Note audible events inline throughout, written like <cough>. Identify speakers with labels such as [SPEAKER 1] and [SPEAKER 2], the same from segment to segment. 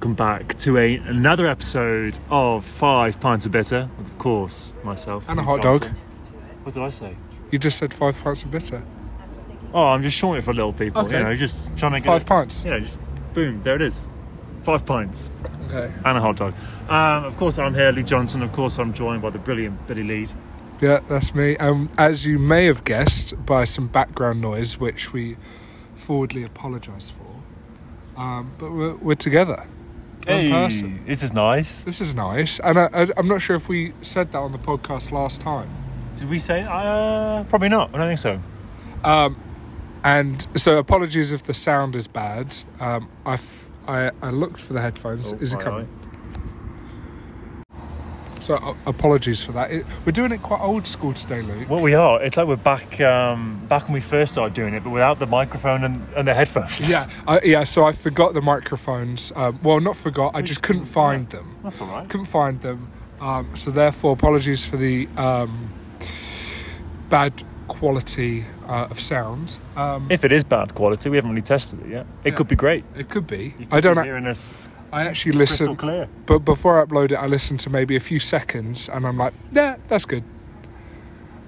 [SPEAKER 1] back to a, another episode of Five Pints of Bitter. with, Of course, myself.
[SPEAKER 2] And a
[SPEAKER 1] Nick
[SPEAKER 2] hot dog.
[SPEAKER 1] Thompson. What did I say?
[SPEAKER 2] You just said five pints of bitter.
[SPEAKER 1] Oh, I'm just shorting it for little people.
[SPEAKER 2] Okay.
[SPEAKER 1] You know, just trying to get
[SPEAKER 2] Five
[SPEAKER 1] it-
[SPEAKER 2] pints.
[SPEAKER 1] You know, just boom, there it is. Five pints
[SPEAKER 2] Okay.
[SPEAKER 1] and a hot dog. Um, of course, I'm here, Lee Johnson. Of course, I'm joined by the brilliant Billy Lead.
[SPEAKER 2] Yeah, that's me. Um, as you may have guessed by some background noise, which we forwardly apologise for, um, but we're, we're together. We're in person.
[SPEAKER 1] this is nice.
[SPEAKER 2] This is nice. And I, I, I'm not sure if we said that on the podcast last time.
[SPEAKER 1] Did we say? Uh, probably not. I don't think so.
[SPEAKER 2] Um, and so, apologies if the sound is bad. Um, I, f- I, I looked for the headphones.
[SPEAKER 1] Oh,
[SPEAKER 2] is it
[SPEAKER 1] aye,
[SPEAKER 2] coming? So, uh, apologies for that. It, we're doing it quite old school today, Luke.
[SPEAKER 1] Well, we are. It's like we're back, um, back when we first started doing it, but without the microphone and, and the headphones.
[SPEAKER 2] Yeah, I, yeah. So I forgot the microphones. Um, well, not forgot. I just couldn't find them.
[SPEAKER 1] That's all right.
[SPEAKER 2] Couldn't find them. Um, so therefore, apologies for the um, bad quality uh, of sound. Um,
[SPEAKER 1] If it is bad quality, we haven't really tested it yet. It
[SPEAKER 2] Yeah.
[SPEAKER 1] could be great.
[SPEAKER 2] it could be.
[SPEAKER 1] You could
[SPEAKER 2] I don't.
[SPEAKER 1] be
[SPEAKER 2] ac-
[SPEAKER 1] hearing us
[SPEAKER 2] I actually
[SPEAKER 1] crystal
[SPEAKER 2] listen,
[SPEAKER 1] clear.
[SPEAKER 2] but before I upload it, I listen to maybe a few seconds, and I'm like, yeah, that's good.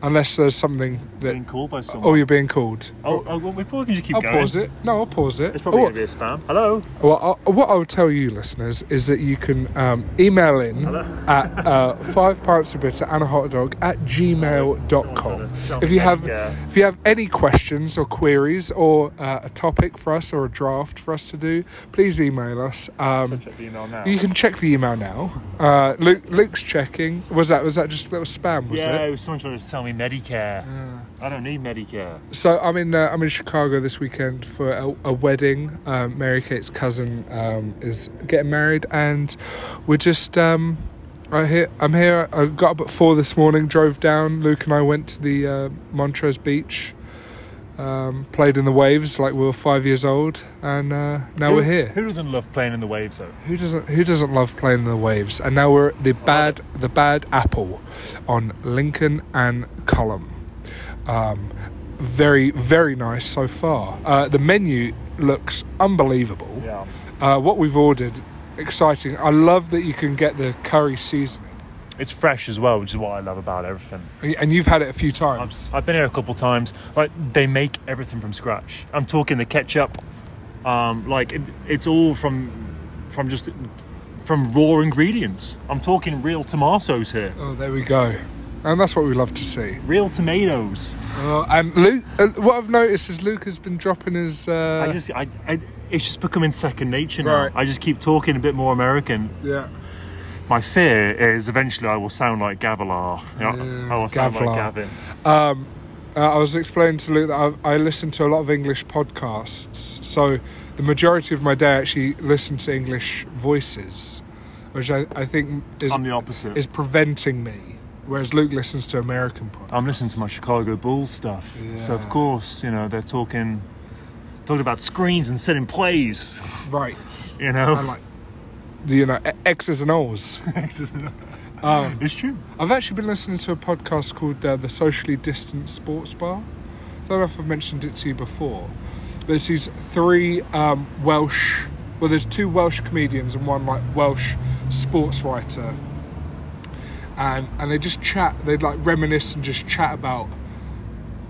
[SPEAKER 2] Unless there's something that,
[SPEAKER 1] Being called by someone.
[SPEAKER 2] oh, you're being called.
[SPEAKER 1] Oh, oh, well, we probably can just keep
[SPEAKER 2] I'll
[SPEAKER 1] going.
[SPEAKER 2] pause it. No, I'll pause it.
[SPEAKER 1] It's probably
[SPEAKER 2] Oh,
[SPEAKER 1] going to be a spam. Hello.
[SPEAKER 2] Well, I, what I would tell you, listeners, is that you can um, email in
[SPEAKER 1] Hello.
[SPEAKER 2] at uh, five pints of bitter and a hot dog at
[SPEAKER 1] Someone
[SPEAKER 2] gmail.com.
[SPEAKER 1] said this.
[SPEAKER 2] If you have
[SPEAKER 1] Yeah.
[SPEAKER 2] if you have any questions or queries or uh, a topic for us or a draft for us to do, please email us. Um,
[SPEAKER 1] Check the email now.
[SPEAKER 2] you can check the email now. Uh, Luke, Luke's checking. Was that was that just a little spam? Was
[SPEAKER 1] yeah,
[SPEAKER 2] it?
[SPEAKER 1] it was someone trying to sell me Medicare. I don't need Medicare.
[SPEAKER 2] So I'm in uh, I'm in Chicago this weekend for a, a wedding. Um, Mary Kate's cousin um, is getting married, and we're just um, I here I'm here. I got up at four this morning, drove down. Luke and I went to the uh, Montrose Beach, um, played in the waves like we were five years old, and uh, now
[SPEAKER 1] who,
[SPEAKER 2] we're here.
[SPEAKER 1] Who doesn't love playing in the waves though?
[SPEAKER 2] Who doesn't Who doesn't love playing in the waves? And now we're at the bad the bad apple on Lincoln and Column. Um, very very nice so far. Uh, the menu looks unbelievable.
[SPEAKER 1] Yeah.
[SPEAKER 2] Uh, what we've ordered, exciting. I love that you can get the curry seasoning,
[SPEAKER 1] It's fresh as well, which is what I love about everything.
[SPEAKER 2] and you've had it a few
[SPEAKER 1] I've,
[SPEAKER 2] times.
[SPEAKER 1] I've been here a couple times. Like they make everything from scratch. I'm talking the ketchup. Um, like it, it's all from from just from raw ingredients. I'm talking real tomatoes here,
[SPEAKER 2] Oh, there we go. And that's what we love to see.
[SPEAKER 1] real tomatoes.
[SPEAKER 2] Uh, and Luke, uh, what I've noticed is Luke has been dropping his. Uh,
[SPEAKER 1] I just, I, I, it's just becoming second nature now.
[SPEAKER 2] Right.
[SPEAKER 1] I just keep talking a bit more American.
[SPEAKER 2] yeah.
[SPEAKER 1] My fear is eventually I will sound like Gavilar. You know,
[SPEAKER 2] Yeah,
[SPEAKER 1] I will sound
[SPEAKER 2] Gavilar.
[SPEAKER 1] like Gavin.
[SPEAKER 2] Um, uh, I was explaining to Luke that I, I listen to a lot of English podcasts, so the majority of my day I actually listen to English voices, which I, I think is
[SPEAKER 1] I'm the opposite.
[SPEAKER 2] is preventing me. Whereas Luke listens to American podcasts.
[SPEAKER 1] I'm listening to my Chicago Bulls stuff. So
[SPEAKER 2] Yeah.
[SPEAKER 1] of course, you know, they're talking talking about screens and setting plays,
[SPEAKER 2] right.
[SPEAKER 1] you
[SPEAKER 2] I
[SPEAKER 1] know.
[SPEAKER 2] like, you know, e- X's and O's. Um,
[SPEAKER 1] it's true.
[SPEAKER 2] I've actually been listening to a podcast called uh, The Socially Distant Sports Bar. I don't know if I've mentioned it to you before, but it's these three um, Welsh, well, there's two Welsh comedians and one like Welsh sports writer, and and they just chat, they like reminisce and just chat about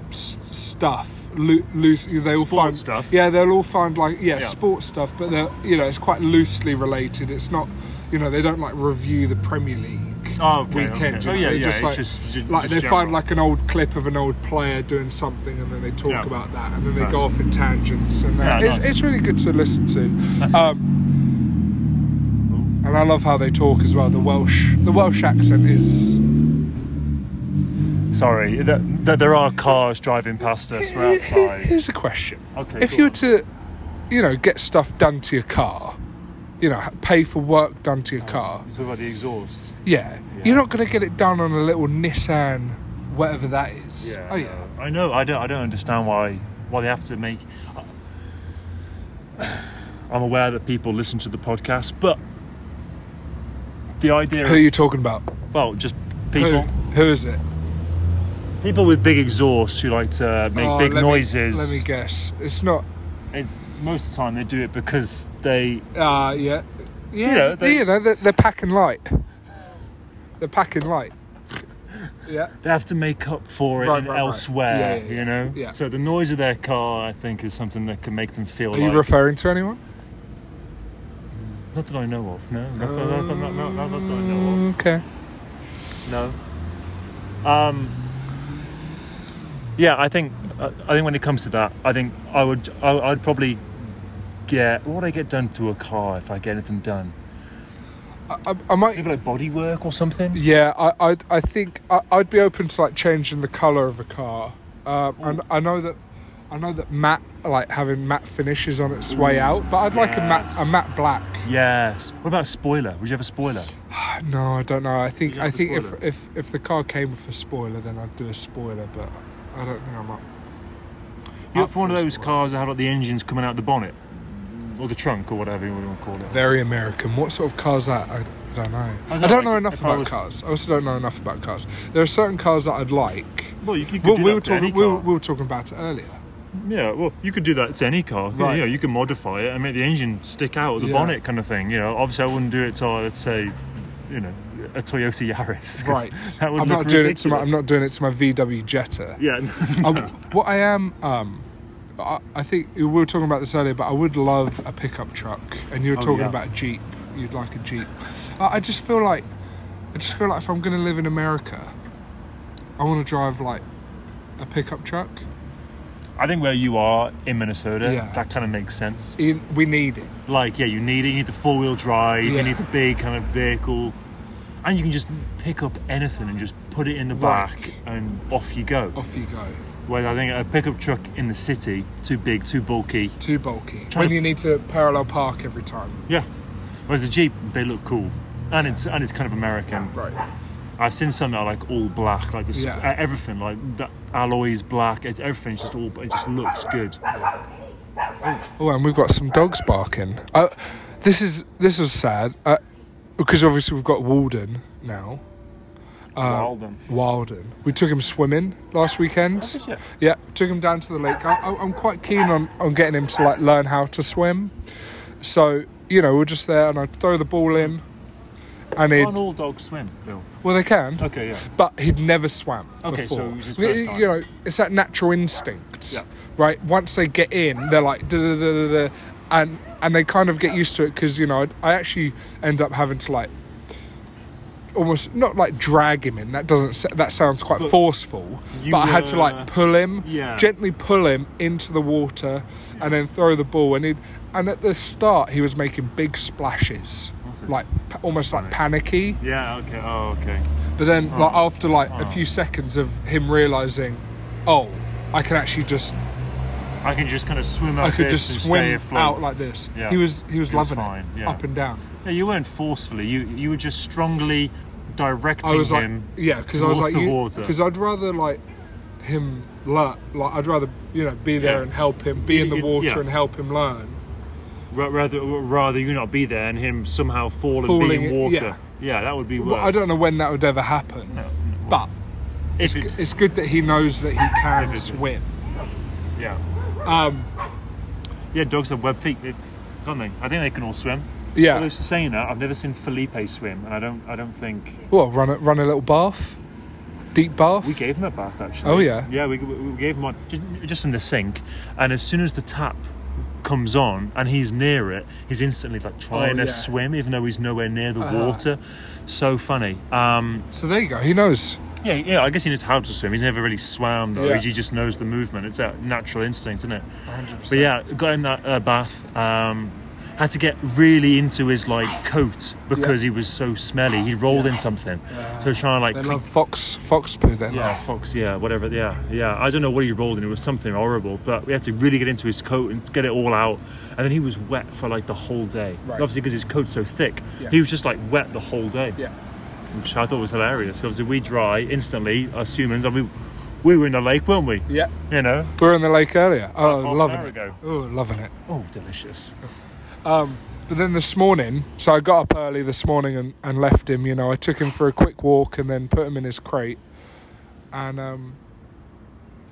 [SPEAKER 2] s- stuff. Lo- loose, they all
[SPEAKER 1] Sport
[SPEAKER 2] find
[SPEAKER 1] stuff.
[SPEAKER 2] Yeah, they'll all find like yeah,
[SPEAKER 1] Yeah.
[SPEAKER 2] sports stuff, but they're you know it's quite loosely related. It's not, you know, they don't like review the Premier League
[SPEAKER 1] Oh, okay,
[SPEAKER 2] weekend.
[SPEAKER 1] okay. Oh
[SPEAKER 2] you
[SPEAKER 1] yeah, yeah.
[SPEAKER 2] know, they
[SPEAKER 1] Just
[SPEAKER 2] Just like,
[SPEAKER 1] just, ju-
[SPEAKER 2] like
[SPEAKER 1] just
[SPEAKER 2] they
[SPEAKER 1] general.
[SPEAKER 2] find like an old clip of an old player doing something, and then they talk
[SPEAKER 1] Yeah.
[SPEAKER 2] about that, and then they
[SPEAKER 1] Nice.
[SPEAKER 2] go off in tangents, and uh,
[SPEAKER 1] Yeah,
[SPEAKER 2] it's,
[SPEAKER 1] nice.
[SPEAKER 2] it's really good to listen
[SPEAKER 1] That's
[SPEAKER 2] to. Um, and I love how they talk as well. The Welsh, the Welsh accent is
[SPEAKER 1] Sorry, th- th- there are cars driving past us. We're
[SPEAKER 2] <laughs>
[SPEAKER 1] outside.
[SPEAKER 2] Here's a question:
[SPEAKER 1] Okay.
[SPEAKER 2] If
[SPEAKER 1] go
[SPEAKER 2] you were
[SPEAKER 1] on.
[SPEAKER 2] to, you know, get stuff done to your car, you know, pay for work done to your car,
[SPEAKER 1] You talk about the exhaust.
[SPEAKER 2] yeah,
[SPEAKER 1] Oh. Yeah.
[SPEAKER 2] you're not going to get it done on a little Nissan, whatever that is.
[SPEAKER 1] Yeah.
[SPEAKER 2] oh yeah.
[SPEAKER 1] I know. I don't. I don't understand why why they have to make. <sighs> I'm aware that people listen to the podcast, but the idea.
[SPEAKER 2] Who are you talking about?
[SPEAKER 1] Well, just people.
[SPEAKER 2] Who, who is it?
[SPEAKER 1] People with big exhausts who like to make
[SPEAKER 2] Oh,
[SPEAKER 1] big
[SPEAKER 2] let me-
[SPEAKER 1] noises.
[SPEAKER 2] let me guess. It's not.
[SPEAKER 1] It's most of the time they do it because they
[SPEAKER 2] Ah, yeah. Yeah,
[SPEAKER 1] you know,
[SPEAKER 2] they,
[SPEAKER 1] they-
[SPEAKER 2] you know they're, they're packing light. They're packing light. <laughs> Yeah.
[SPEAKER 1] They have to make up for it
[SPEAKER 2] Right,
[SPEAKER 1] in
[SPEAKER 2] right, right.
[SPEAKER 1] elsewhere,
[SPEAKER 2] Yeah, yeah, yeah.
[SPEAKER 1] you know.
[SPEAKER 2] Yeah.
[SPEAKER 1] So the noise of their car, I think, is something that can make them feel.
[SPEAKER 2] Are
[SPEAKER 1] like,
[SPEAKER 2] you referring to anyone?
[SPEAKER 1] Not that I know of. No. Not, that, not, that- not- not- not that I know
[SPEAKER 2] Mm, Okay.
[SPEAKER 1] of. No. Um. Yeah, I think. I I think when it comes to that, I think I would. I, I'd probably get. What would I get done to a car if I get anything done?
[SPEAKER 2] I, I, I might.
[SPEAKER 1] Maybe like body work or something.
[SPEAKER 2] Yeah, I, I, I think I, I'd be open to like changing the color of a car. Um, and I know that, I know that matte, like having matte finishes on its way out, but I'd like a matte, a
[SPEAKER 1] Yes.
[SPEAKER 2] matte black.
[SPEAKER 1] Yes. What about a spoiler? Would you have a spoiler?
[SPEAKER 2] No, I don't know. I think
[SPEAKER 1] You
[SPEAKER 2] I
[SPEAKER 1] have the
[SPEAKER 2] think if,
[SPEAKER 1] spoiler.
[SPEAKER 2] if if the car came with a spoiler, then I'd do a spoiler. But I don't think I'm up.
[SPEAKER 1] You
[SPEAKER 2] up
[SPEAKER 1] have one
[SPEAKER 2] for
[SPEAKER 1] of
[SPEAKER 2] a
[SPEAKER 1] those
[SPEAKER 2] spoiler.
[SPEAKER 1] cars that had like the engines coming out the bonnet or the trunk or whatever you want to call it.
[SPEAKER 2] Very American. What sort of cars that? I, I don't know.
[SPEAKER 1] I
[SPEAKER 2] I
[SPEAKER 1] was
[SPEAKER 2] don't
[SPEAKER 1] like,
[SPEAKER 2] know enough
[SPEAKER 1] if I
[SPEAKER 2] about
[SPEAKER 1] was-
[SPEAKER 2] cars. I also don't know enough about cars. There are certain cars that I'd like.
[SPEAKER 1] Well, you, you could
[SPEAKER 2] Well,
[SPEAKER 1] do
[SPEAKER 2] we
[SPEAKER 1] that
[SPEAKER 2] were
[SPEAKER 1] to any
[SPEAKER 2] talking. We were,
[SPEAKER 1] car.
[SPEAKER 2] we were talking about it earlier.
[SPEAKER 1] Yeah, well, you could do that to any car.
[SPEAKER 2] Right.
[SPEAKER 1] You know, you can modify it and make the engine stick out of the
[SPEAKER 2] Yeah.
[SPEAKER 1] bonnet kind of thing. You know, obviously I wouldn't do it to, let's say, you know, a Toyota Yaris. 'cause
[SPEAKER 2] Right.
[SPEAKER 1] <laughs> That would
[SPEAKER 2] I'm
[SPEAKER 1] look
[SPEAKER 2] not doing it to my. I'm
[SPEAKER 1] ridiculous.
[SPEAKER 2] not doing it to my VW Jetta. <laughs>
[SPEAKER 1] Yeah.
[SPEAKER 2] I, what I am, um, I, I think we were talking about this earlier, but I would love a pickup truck, and you were
[SPEAKER 1] Oh,
[SPEAKER 2] talking
[SPEAKER 1] yeah.
[SPEAKER 2] about a jeep. You'd like a jeep. I, I just feel like, I just feel like if I'm going to live in America, I want to drive like a pickup truck.
[SPEAKER 1] I think where you are in Minnesota,
[SPEAKER 2] Yeah.
[SPEAKER 1] that kind of makes sense.
[SPEAKER 2] In, we need it.
[SPEAKER 1] Like, yeah, you need it. You need the four wheel drive.
[SPEAKER 2] Yeah.
[SPEAKER 1] You need the big kind of vehicle, and you can just pick up anything and just put it in the back
[SPEAKER 2] Right. Oh.
[SPEAKER 1] and off you go.
[SPEAKER 2] Off you go.
[SPEAKER 1] Whereas I think a pickup truck in the city, too big, too bulky.
[SPEAKER 2] Too bulky.
[SPEAKER 1] Trying
[SPEAKER 2] when
[SPEAKER 1] to-
[SPEAKER 2] you need to parallel park every time.
[SPEAKER 1] Yeah. Whereas the Jeep, they look cool. And it's and it's kind of American.
[SPEAKER 2] Right.
[SPEAKER 1] I've seen some that are like all black, like the sp-
[SPEAKER 2] Yeah.
[SPEAKER 1] uh, everything, like the alloys black. It's everything's just all. It just looks good.
[SPEAKER 2] Uh, Oh, and we've got some dogs barking. Uh, this is this is sad uh, because obviously we've got Walden now.
[SPEAKER 1] Wow, then.
[SPEAKER 2] Wilden. We took him swimming last weekend.
[SPEAKER 1] you?
[SPEAKER 2] Yeah, took him down to the lake. I, I, I'm quite keen on, on getting him to like learn how to swim. So you know, we're just there, and I throw the ball in, and he'd
[SPEAKER 1] Can't all dogs swim, Bill?
[SPEAKER 2] well they can,
[SPEAKER 1] Okay, yeah.
[SPEAKER 2] but he'd never swam
[SPEAKER 1] Okay, so
[SPEAKER 2] before.
[SPEAKER 1] it was his
[SPEAKER 2] Y-
[SPEAKER 1] first
[SPEAKER 2] y-
[SPEAKER 1] time.
[SPEAKER 2] you know, it's that natural instinct,
[SPEAKER 1] Yeah.
[SPEAKER 2] right? Once they get in, they're like da da da da, da and and they kind of get used to it because you know I, I actually end up having to like almost not like drag him in. That doesn't s- that sounds quite
[SPEAKER 1] But
[SPEAKER 2] forceful,
[SPEAKER 1] you
[SPEAKER 2] but I had to
[SPEAKER 1] were-
[SPEAKER 2] like pull him,
[SPEAKER 1] Yeah.
[SPEAKER 2] gently pull him into the water, and then throw the ball. And he and at the start he was making big splashes,
[SPEAKER 1] Awesome.
[SPEAKER 2] like pa- almost like
[SPEAKER 1] Sorry.
[SPEAKER 2] panicky.
[SPEAKER 1] Yeah. Okay. Oh, okay.
[SPEAKER 2] But then, like after like a
[SPEAKER 1] Oh.
[SPEAKER 2] few seconds of him realizing, oh, I can actually just,
[SPEAKER 1] I can just kind of swim up
[SPEAKER 2] I could
[SPEAKER 1] this
[SPEAKER 2] just
[SPEAKER 1] and stay
[SPEAKER 2] swim
[SPEAKER 1] afloat.
[SPEAKER 2] out like this.
[SPEAKER 1] Yeah.
[SPEAKER 2] He was he was
[SPEAKER 1] He was
[SPEAKER 2] loving
[SPEAKER 1] fine,
[SPEAKER 2] it,
[SPEAKER 1] yeah.
[SPEAKER 2] up and down.
[SPEAKER 1] Yeah, you weren't forcefully. You you were just strongly directing
[SPEAKER 2] I was like,
[SPEAKER 1] him.
[SPEAKER 2] yeah, because I was
[SPEAKER 1] towards
[SPEAKER 2] like,
[SPEAKER 1] the water.
[SPEAKER 2] because I'd rather like him learn, like I'd rather you know be there
[SPEAKER 1] Yeah.
[SPEAKER 2] and help him, be
[SPEAKER 1] You-
[SPEAKER 2] in the
[SPEAKER 1] you-
[SPEAKER 2] water
[SPEAKER 1] yeah.
[SPEAKER 2] and help him learn.
[SPEAKER 1] Ra- Rather, rather you not be there and him somehow fall and
[SPEAKER 2] Falling,
[SPEAKER 1] be in water. Yeah. that would be worse.
[SPEAKER 2] Well, I don't know when that would ever happen,
[SPEAKER 1] No, no,
[SPEAKER 2] but
[SPEAKER 1] If it,
[SPEAKER 2] it's good that he knows that he
[SPEAKER 1] If
[SPEAKER 2] can
[SPEAKER 1] it's-
[SPEAKER 2] swim.
[SPEAKER 1] yeah,
[SPEAKER 2] Um,
[SPEAKER 1] yeah, dogs have web feet, they- can't they? I think they can all swim.
[SPEAKER 2] yeah.
[SPEAKER 1] Although saying that, I've never seen Felipe swim, and I don't, I don't think
[SPEAKER 2] Well, run a run a little bath, deep bath.
[SPEAKER 1] we gave him a bath actually.
[SPEAKER 2] Oh, yeah?
[SPEAKER 1] yeah, we, we gave him one just, just in the sink, and as soon as the tap comes on and he's near it, he's instantly like trying
[SPEAKER 2] Oh, yeah.
[SPEAKER 1] to swim, even though he's nowhere near the
[SPEAKER 2] Uh-huh.
[SPEAKER 1] water. So funny. Um,
[SPEAKER 2] So there you go. He knows.
[SPEAKER 1] Yeah, yeah. I guess he knows how to swim. He's never really swam though.
[SPEAKER 2] Yeah.
[SPEAKER 1] He just knows the movement. It's that natural instinct, isn't it?
[SPEAKER 2] 100%.
[SPEAKER 1] But yeah, got him that uh, bath. Um, had to get really into his like coat because he was so smelly. He rolled in something. So trying to like
[SPEAKER 2] They
[SPEAKER 1] clean-
[SPEAKER 2] love fox fox poo. They
[SPEAKER 1] yeah,
[SPEAKER 2] love.
[SPEAKER 1] Oh, fox, yeah, whatever, yeah, yeah. I don't know what he rolled in. It was something horrible, but we had to really get into his coat and get it all out. And then he was wet for like the whole day.
[SPEAKER 2] Right.
[SPEAKER 1] Obviously, because his coat's so thick,
[SPEAKER 2] Yeah.
[SPEAKER 1] he was just like wet the whole day
[SPEAKER 2] Yeah.
[SPEAKER 1] which I thought was hilarious. Obviously, we dry instantly as humans. I mean, we were in the lake, weren't we?
[SPEAKER 2] Yeah.
[SPEAKER 1] You know.
[SPEAKER 2] We were in the lake earlier. Oh,
[SPEAKER 1] half an
[SPEAKER 2] loving
[SPEAKER 1] hour
[SPEAKER 2] it.
[SPEAKER 1] ago.
[SPEAKER 2] Oh, loving it.
[SPEAKER 1] Oh, delicious.
[SPEAKER 2] But then this morning, so I got up early this morning and, and left him. You know, I took him for a quick walk and then put him in his crate. And um,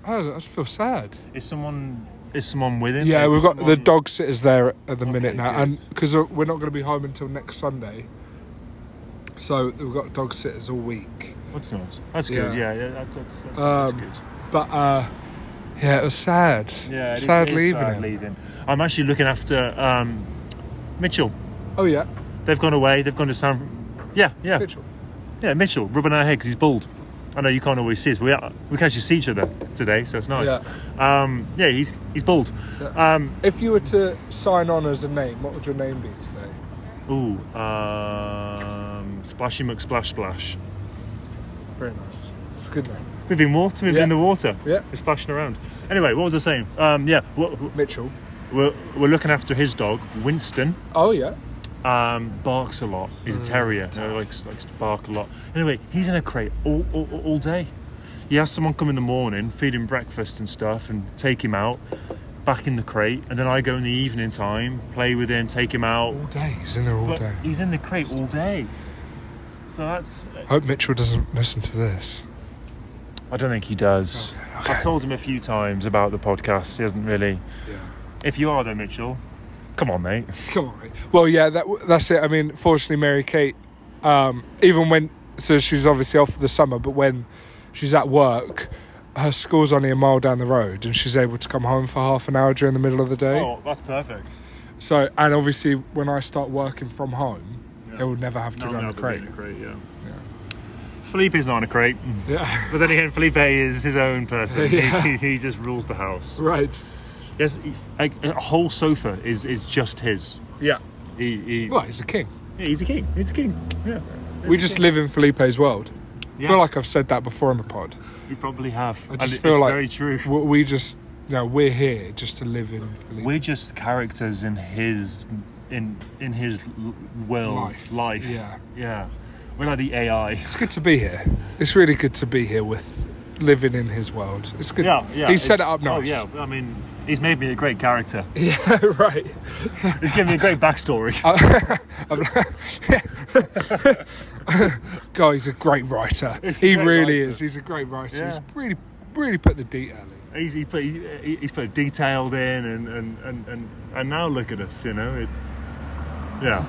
[SPEAKER 2] I, I just feel sad.
[SPEAKER 1] Is someone Is someone with him?
[SPEAKER 2] Yeah,
[SPEAKER 1] Is
[SPEAKER 2] we've got the
[SPEAKER 1] someone-
[SPEAKER 2] dog sitters there at, at the minute
[SPEAKER 1] Okay,
[SPEAKER 2] now,
[SPEAKER 1] good.
[SPEAKER 2] and because we're not going to be home until next Sunday, so we've got dog sitters all week.
[SPEAKER 1] That's nice. That's good. Yeah,
[SPEAKER 2] Yeah.
[SPEAKER 1] yeah, that, that's, that- that's
[SPEAKER 2] Um,
[SPEAKER 1] good.
[SPEAKER 2] But uh, yeah, it was sad.
[SPEAKER 1] Yeah, it is-
[SPEAKER 2] sad
[SPEAKER 1] it is
[SPEAKER 2] leaving.
[SPEAKER 1] sad
[SPEAKER 2] him.
[SPEAKER 1] leaving. I'm actually looking after um, Mitchell.
[SPEAKER 2] Oh yeah,
[SPEAKER 1] They've gone away. They've gone to San. Yeah, yeah,
[SPEAKER 2] Mitchell.
[SPEAKER 1] yeah. Mitchell rubbing our head 'cause he's bald. I know you can't always see us, but we, are, we can actually see each other today, so it's nice. Yeah, um, yeah he's he's bald. Um,
[SPEAKER 2] If you were to sign on as a name, what would your name be today?
[SPEAKER 1] ooh, um, Splashy McSplash Splash.
[SPEAKER 2] Very nice. It's a good name,
[SPEAKER 1] We've been water. We've been
[SPEAKER 2] Yeah.
[SPEAKER 1] in the water.
[SPEAKER 2] Yeah.
[SPEAKER 1] we're splashing around. Anyway, what was I saying? Um, yeah, we're,
[SPEAKER 2] Mitchell.
[SPEAKER 1] we're, we're looking after his dog, Winston.
[SPEAKER 2] Oh yeah.
[SPEAKER 1] um, barks a lot. He's a
[SPEAKER 2] Mm.
[SPEAKER 1] terrier. He likes, likes to bark a lot. Anyway, he's in a crate all, all, all- all day. He has someone come in the morning, feed him breakfast and stuff, and take him out, back in the crate. And then I go in the evening time, play with him, take him out.
[SPEAKER 2] All day. He's in there all
[SPEAKER 1] But
[SPEAKER 2] day.
[SPEAKER 1] he's in the crate all day. So that's. uh,
[SPEAKER 2] I hope Mitchell doesn't listen to this.
[SPEAKER 1] I don't think he does.
[SPEAKER 2] Okay.
[SPEAKER 1] I've told him a few times about the podcast. He hasn't really.
[SPEAKER 2] Yeah. <laughs>
[SPEAKER 1] If you are, though, Mitchell, come on, mate.
[SPEAKER 2] Come on. mate. Well, yeah, that that's it. I mean, fortunately, Mary Kate, um, even when so she's obviously off for the summer, but when she's at work, her school's only a mile down the road, and she's able to come home for half an hour during the middle of the day.
[SPEAKER 1] Oh, that's perfect.
[SPEAKER 2] So, and obviously, when I start working from home,
[SPEAKER 1] Yeah.
[SPEAKER 2] it will never have to
[SPEAKER 1] No,
[SPEAKER 2] go in
[SPEAKER 1] no,
[SPEAKER 2] the
[SPEAKER 1] but
[SPEAKER 2] crate.
[SPEAKER 1] in a crate, yeah.
[SPEAKER 2] Yeah.
[SPEAKER 1] Felipe's not in a crate.
[SPEAKER 2] Yeah.
[SPEAKER 1] But then again, Felipe is his own person.
[SPEAKER 2] <laughs>
[SPEAKER 1] <laughs>
[SPEAKER 2] Yeah.
[SPEAKER 1] He, he just rules the house.
[SPEAKER 2] right.
[SPEAKER 1] Yes, he- a, a whole sofa is, is just his.
[SPEAKER 2] Yeah.
[SPEAKER 1] He, he,
[SPEAKER 2] Well, he's a king.
[SPEAKER 1] yeah, he's a king. He's a king. Yeah.
[SPEAKER 2] We just live in Felipe's world.
[SPEAKER 1] Yeah.
[SPEAKER 2] I feel like I've said that before on the pod.
[SPEAKER 1] We probably have.
[SPEAKER 2] I just
[SPEAKER 1] and
[SPEAKER 2] feel
[SPEAKER 1] it's
[SPEAKER 2] like-
[SPEAKER 1] very true.
[SPEAKER 2] We- We just, you know, we're here just to live in Felipe.
[SPEAKER 1] We're just characters in his in in his l- world
[SPEAKER 2] Life.
[SPEAKER 1] life.
[SPEAKER 2] Yeah.
[SPEAKER 1] Yeah. We're like the AI.
[SPEAKER 2] It's good to be here. It's really good to be here with living in his world. It's good.
[SPEAKER 1] Yeah, yeah.
[SPEAKER 2] He set it
[SPEAKER 1] it's-
[SPEAKER 2] up nice.
[SPEAKER 1] Oh yeah. I mean, he's made me a great
[SPEAKER 2] <laughs>
[SPEAKER 1] character.
[SPEAKER 2] yeah. right. <laughs>
[SPEAKER 1] He's given me a great backstory.
[SPEAKER 2] God, he's a great writer.
[SPEAKER 1] He's a
[SPEAKER 2] he
[SPEAKER 1] great
[SPEAKER 2] really
[SPEAKER 1] writer.
[SPEAKER 2] is. He's a great writer. He's
[SPEAKER 1] Yeah.
[SPEAKER 2] really, really put the detail in.
[SPEAKER 1] he's, he's put he- he's put detailed in and and, and, and and now look at us you know it yeah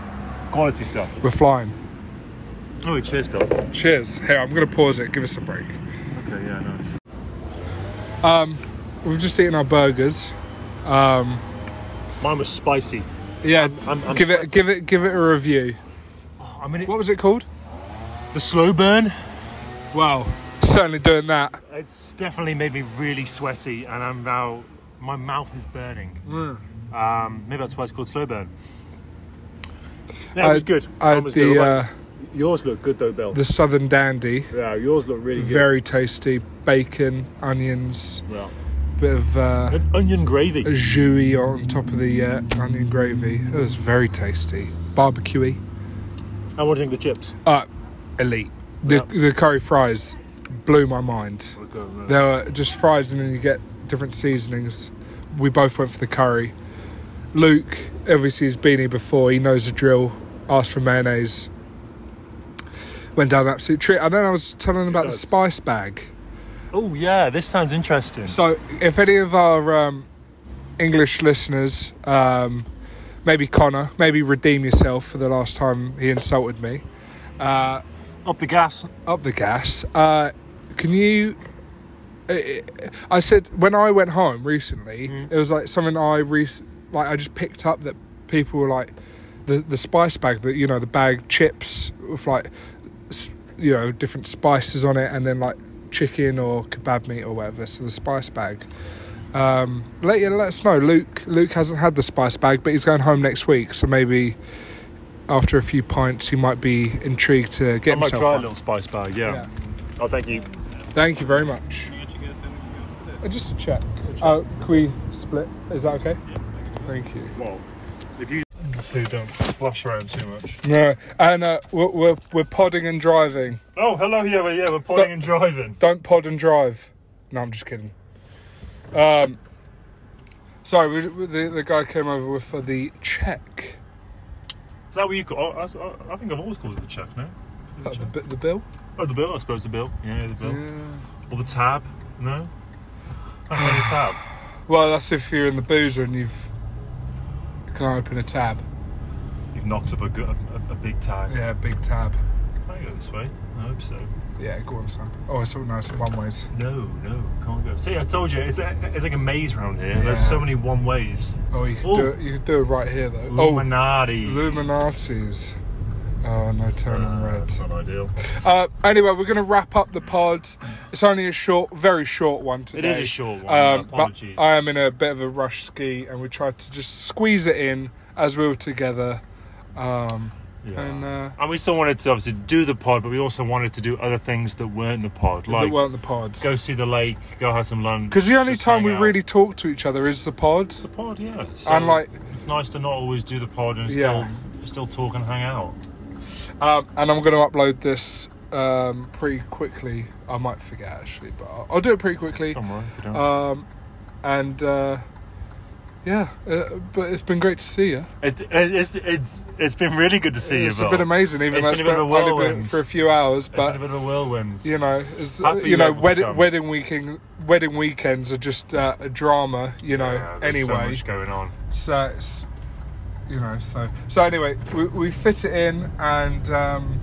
[SPEAKER 1] quality stuff
[SPEAKER 2] We're flying.
[SPEAKER 1] oh cheers Bill okay
[SPEAKER 2] Cheers. Here, I'm going to pause it. Give us a break.
[SPEAKER 1] yeah nice
[SPEAKER 2] We've just eaten our burgers. Um,
[SPEAKER 1] mine was spicy
[SPEAKER 2] yeah.
[SPEAKER 1] I'm- I'm
[SPEAKER 2] give it,
[SPEAKER 1] sweating.
[SPEAKER 2] give it, give it a review.
[SPEAKER 1] I mean it,
[SPEAKER 2] What was it called?
[SPEAKER 1] the slow burn
[SPEAKER 2] Wow. Certainly doing that.
[SPEAKER 1] it's definitely made me really sweaty and I'm now my mouth is burning um, maybe that's why it's called slow burn yeah,
[SPEAKER 2] I-
[SPEAKER 1] it was good.
[SPEAKER 2] I
[SPEAKER 1] Mine
[SPEAKER 2] had
[SPEAKER 1] was
[SPEAKER 2] the
[SPEAKER 1] good.
[SPEAKER 2] uh,
[SPEAKER 1] yours looked good though, Bill.
[SPEAKER 2] the Southern Dandy.
[SPEAKER 1] yeah, yours looked really good.
[SPEAKER 2] Very tasty. Bacon, onions,
[SPEAKER 1] well.
[SPEAKER 2] bit of uh,
[SPEAKER 1] And onion gravy.
[SPEAKER 2] jus on top of the uh, onion gravy. It was very tasty. Barbecuey.
[SPEAKER 1] And what do you think of the chips?
[SPEAKER 2] Uh, elite. The,
[SPEAKER 1] Yep.
[SPEAKER 2] the curry fries blew my mind.
[SPEAKER 1] Okay,
[SPEAKER 2] There were just fries, and then you get different seasonings. We both went for the curry. Luke, obviously, he's been here before. He knows the drill. Asked for mayonnaise. Went down an absolute treat. And then I was telling him about the
[SPEAKER 1] does.
[SPEAKER 2] spice bag.
[SPEAKER 1] Oh yeah, this sounds interesting.
[SPEAKER 2] So, if any of our um, English listeners, um, maybe Connor, maybe redeem yourself for the last time he insulted me,
[SPEAKER 1] Up the gas.
[SPEAKER 2] up the gas. Uh, can you? I- I I said when I went home recently,
[SPEAKER 1] Mm-hmm.
[SPEAKER 2] it was like something I rec- like I just picked up that people were like the the spice bag that you know the bag chips with like s- you know different spices on it, and then like chicken or kebab meat or whatever. So the spice bag. Um, let you let us know. Luke Luke hasn't had the spice bag, but he's going home next week, so maybe after a few pints, he might be intrigued to get
[SPEAKER 1] I might
[SPEAKER 2] himself.
[SPEAKER 1] try a
[SPEAKER 2] one.
[SPEAKER 1] little spice bag. Yeah.
[SPEAKER 2] Yeah.
[SPEAKER 1] Oh, thank you.
[SPEAKER 2] Thank you very much. Uh, just a check. Uh, can we split? Is that okay? Thank you.
[SPEAKER 1] Well, if you so you don't splash around too much.
[SPEAKER 2] No, and uh, we're, we're we're podding and driving.
[SPEAKER 1] Oh, hello. Yeah, we're, yeah, we're podding
[SPEAKER 2] But-
[SPEAKER 1] and driving.
[SPEAKER 2] Don't pod and drive. No, I'm just kidding. Um, sorry, we, we- the the guy came over with for the check.
[SPEAKER 1] Is that what you call? Oh, I, I- I think I've always called it the check now.
[SPEAKER 2] Uh, the, bi- the bill.
[SPEAKER 1] Oh, the bill. I <sighs> suppose the bill. Yeah, the bill. Or the tab. No. I don't know the tab.
[SPEAKER 2] Well, that's if you're in the boozer and you've. Can I open a tab?
[SPEAKER 1] You've knocked up a, good, a, a big tag.
[SPEAKER 2] Yeah, big tab.
[SPEAKER 1] Can I go this way? I hope so.
[SPEAKER 2] Yeah, go on, son. Oh, it's all nice one ways.
[SPEAKER 1] No, no, can't go. See, I told you, it's, a, it's like a maze round here. There's
[SPEAKER 2] Yeah.
[SPEAKER 1] so many one ways.
[SPEAKER 2] Oh, you could
[SPEAKER 1] Ooh.
[SPEAKER 2] do it. You could do it right here though.
[SPEAKER 1] Illuminati.
[SPEAKER 2] Oh, Illuminati's. Oh no, turn on red.
[SPEAKER 1] That's not ideal.
[SPEAKER 2] Uh, anyway, we're going to wrap up the pod. It's only a short, very short one today. Um,
[SPEAKER 1] It is a short one,
[SPEAKER 2] but
[SPEAKER 1] apologies.
[SPEAKER 2] I am in a bit of a rush ski, and we tried to just squeeze it in as we were together. Um,
[SPEAKER 1] Yeah.
[SPEAKER 2] And,
[SPEAKER 1] And,
[SPEAKER 2] uh,
[SPEAKER 1] we still wanted to obviously do the pod, but we also wanted to do other things that weren't the pod,
[SPEAKER 2] that
[SPEAKER 1] like
[SPEAKER 2] weren't the pod.
[SPEAKER 1] go see the lake, go have some lunch.
[SPEAKER 2] Because the only
[SPEAKER 1] just
[SPEAKER 2] time
[SPEAKER 1] hang
[SPEAKER 2] we
[SPEAKER 1] out.
[SPEAKER 2] really talk to each other is the pod.
[SPEAKER 1] the pod, yeah. So
[SPEAKER 2] And like,
[SPEAKER 1] it's nice to not always do the pod and
[SPEAKER 2] Yeah.
[SPEAKER 1] still still talk and hang out.
[SPEAKER 2] um, and I'm going to upload this um, pretty quickly. I might forget actually, but I'll, I'll do it pretty quickly.
[SPEAKER 1] Don't worry if you don't.
[SPEAKER 2] Um, and uh, yeah, uh, but it's been great to see you.
[SPEAKER 1] It's it's it's it's been really good to see
[SPEAKER 2] it's
[SPEAKER 1] you. Bill.
[SPEAKER 2] been amazing, even
[SPEAKER 1] It's
[SPEAKER 2] though
[SPEAKER 1] been
[SPEAKER 2] it's
[SPEAKER 1] a
[SPEAKER 2] been
[SPEAKER 1] bit of a
[SPEAKER 2] only been
[SPEAKER 1] whirlwind.
[SPEAKER 2] for a few hours.
[SPEAKER 1] It's been a
[SPEAKER 2] But
[SPEAKER 1] bit of a whirlwind.
[SPEAKER 2] you know, it's,
[SPEAKER 1] Happy
[SPEAKER 2] you know,
[SPEAKER 1] you're able to
[SPEAKER 2] wedding
[SPEAKER 1] come.
[SPEAKER 2] wedding weekend wedding weekends are just uh, a drama, you know.
[SPEAKER 1] Yeah, there's so
[SPEAKER 2] anyway,
[SPEAKER 1] much going on.
[SPEAKER 2] so it's you know, so so anyway, we, we fit it in, and um,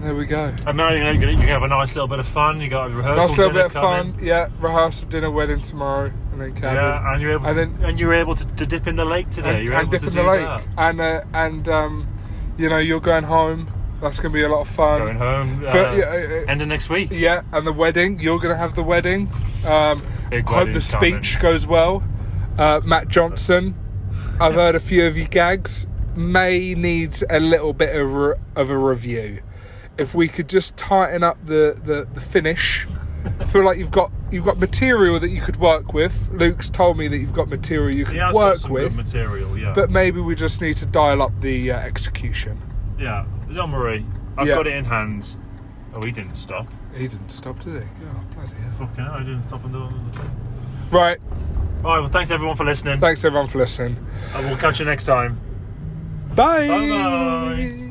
[SPEAKER 2] there we go.
[SPEAKER 1] And now you're gonna, you can have a nice little bit of fun. You got a rehearsal
[SPEAKER 2] Nice little
[SPEAKER 1] dinner
[SPEAKER 2] bit of fun,
[SPEAKER 1] coming.
[SPEAKER 2] yeah. Rehearsal, dinner, wedding tomorrow, and then cabin.
[SPEAKER 1] Yeah, and you're able
[SPEAKER 2] And
[SPEAKER 1] to,
[SPEAKER 2] then-
[SPEAKER 1] and you're able to, to dip in the lake today.
[SPEAKER 2] and,
[SPEAKER 1] you're
[SPEAKER 2] and
[SPEAKER 1] able
[SPEAKER 2] dip
[SPEAKER 1] to
[SPEAKER 2] in
[SPEAKER 1] do
[SPEAKER 2] the lake,
[SPEAKER 1] that.
[SPEAKER 2] and uh, and um, you know, you're going home. That's going to be a lot of fun.
[SPEAKER 1] Going home.
[SPEAKER 2] For-
[SPEAKER 1] uh,
[SPEAKER 2] yeah, uh,
[SPEAKER 1] end of next week.
[SPEAKER 2] Yeah, and the wedding. You're going to have the wedding. Um,
[SPEAKER 1] Big
[SPEAKER 2] I hope
[SPEAKER 1] wedding
[SPEAKER 2] the speech
[SPEAKER 1] coming.
[SPEAKER 2] goes well. Uh, Matt Johnson, I've heard a few of your gags. May needs a little bit of, re- of a review. If we could just tighten up the, the, the finish, I feel like you've got you've got material that you could work with. Luke's told me that you've got material you could
[SPEAKER 1] He has got
[SPEAKER 2] work
[SPEAKER 1] some
[SPEAKER 2] with,
[SPEAKER 1] good material. Yeah.
[SPEAKER 2] but maybe we just need to dial up the uh, execution.
[SPEAKER 1] yeah. Don't worry. I've
[SPEAKER 2] Yeah.
[SPEAKER 1] got it in hand. Oh, he didn't stop.
[SPEAKER 2] He didn't stop, did he? Oh, bloody hell.
[SPEAKER 1] Fucking hell, I didn't stop and do another thing.
[SPEAKER 2] Right.
[SPEAKER 1] All right. Well, thanks everyone for listening.
[SPEAKER 2] Thanks everyone for listening.
[SPEAKER 1] and we'll catch you next time.
[SPEAKER 2] Bye.
[SPEAKER 1] Bye-bye.